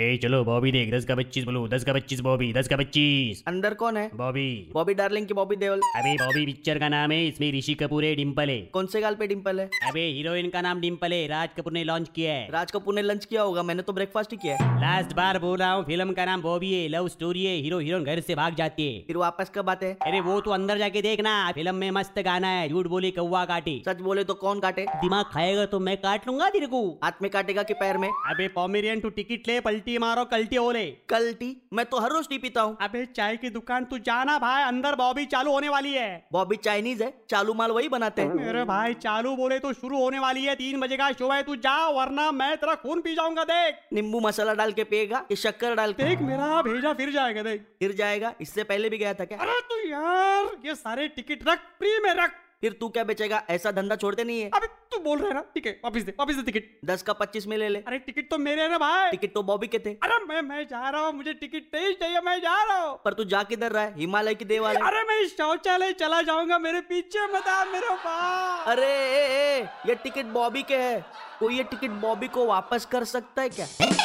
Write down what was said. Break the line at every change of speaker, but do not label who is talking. ए चलो बॉबी देख दस का पच्चीस बोलो दस का पच्चीस बॉबी दस का पच्चीस
अंदर कौन है
बॉबी
बॉबी डार्लिंग की बॉबी देओल
अबे बॉबी पिक्चर का नाम है इसमें ऋषि कपूर है डिम्पल है
कौन से गाल पे डिम्पल है
अबे हीरोइन का नाम डिम्पल है राज कपूर ने लॉन्च किया है
राज कपूर ने लंच किया होगा मैंने तो ब्रेकफास्ट ही किया है
लास्ट बार बोल रहा हूँ फिल्म का नाम बॉबी है लव स्टोरी है हीरो हीरोइन घर से भाग जाती है
फिर वापस कब आते हैं
अरे वो तो अंदर जाके देखना फिल्म में मस्त गाना है झूठ बोली कौवा काटी
सच बोले तो कौन काटे
दिमाग खाएगा तो मैं काट लूंगा तेरे को
हाथ में काटेगा कि पैर में
अबे पॉमेरियन तू टिकट ले पलटी मारो कल्टी ओले
कल टी मैं तो हर रोज टी पीता हूँ
अबे चाय की दुकान तू जाना भाई अंदर बॉबी चालू होने वाली है
बॉबी चाइनीज है चालू माल वही बनाते हैं
मेरे भाई चालू बोले तो शुरू होने वाली है तीन बजे का शो है तू जा वरना मैं तेरा खून पी जाऊंगा देख
नींबू मसाला डाल के पिएगा कि शक्कर डाल के
देख मेरा भेजा फिर जाएगा देख
गिर जाएगा इससे पहले भी गया था क्या
अरे तू यार ये सारे टिकट रख फ्री में रख
फिर तू क्या बेचेगा ऐसा धंधा छोड़ते नहीं है
अबे तू बोल रहा है ना ठीक है वापिस दे वापिस दे टिकट
दस का पच्चीस में ले ले
अरे टिकट तो मेरे है ना भाई
टिकट तो बॉबी के थे
अरे मैं मैं जा रहा हूँ मुझे टिकट नहीं चाहिए मैं जा रहा हूँ
पर तू जा किधर रहा है हिमालय की देवाल है।
अरे मैं शौचालय चला जाऊंगा मेरे पीछे मत आ मेरे पास
अरे ए, ए, ये टिकट बॉबी के है कोई ये टिकट बॉबी को वापस कर सकता है क्या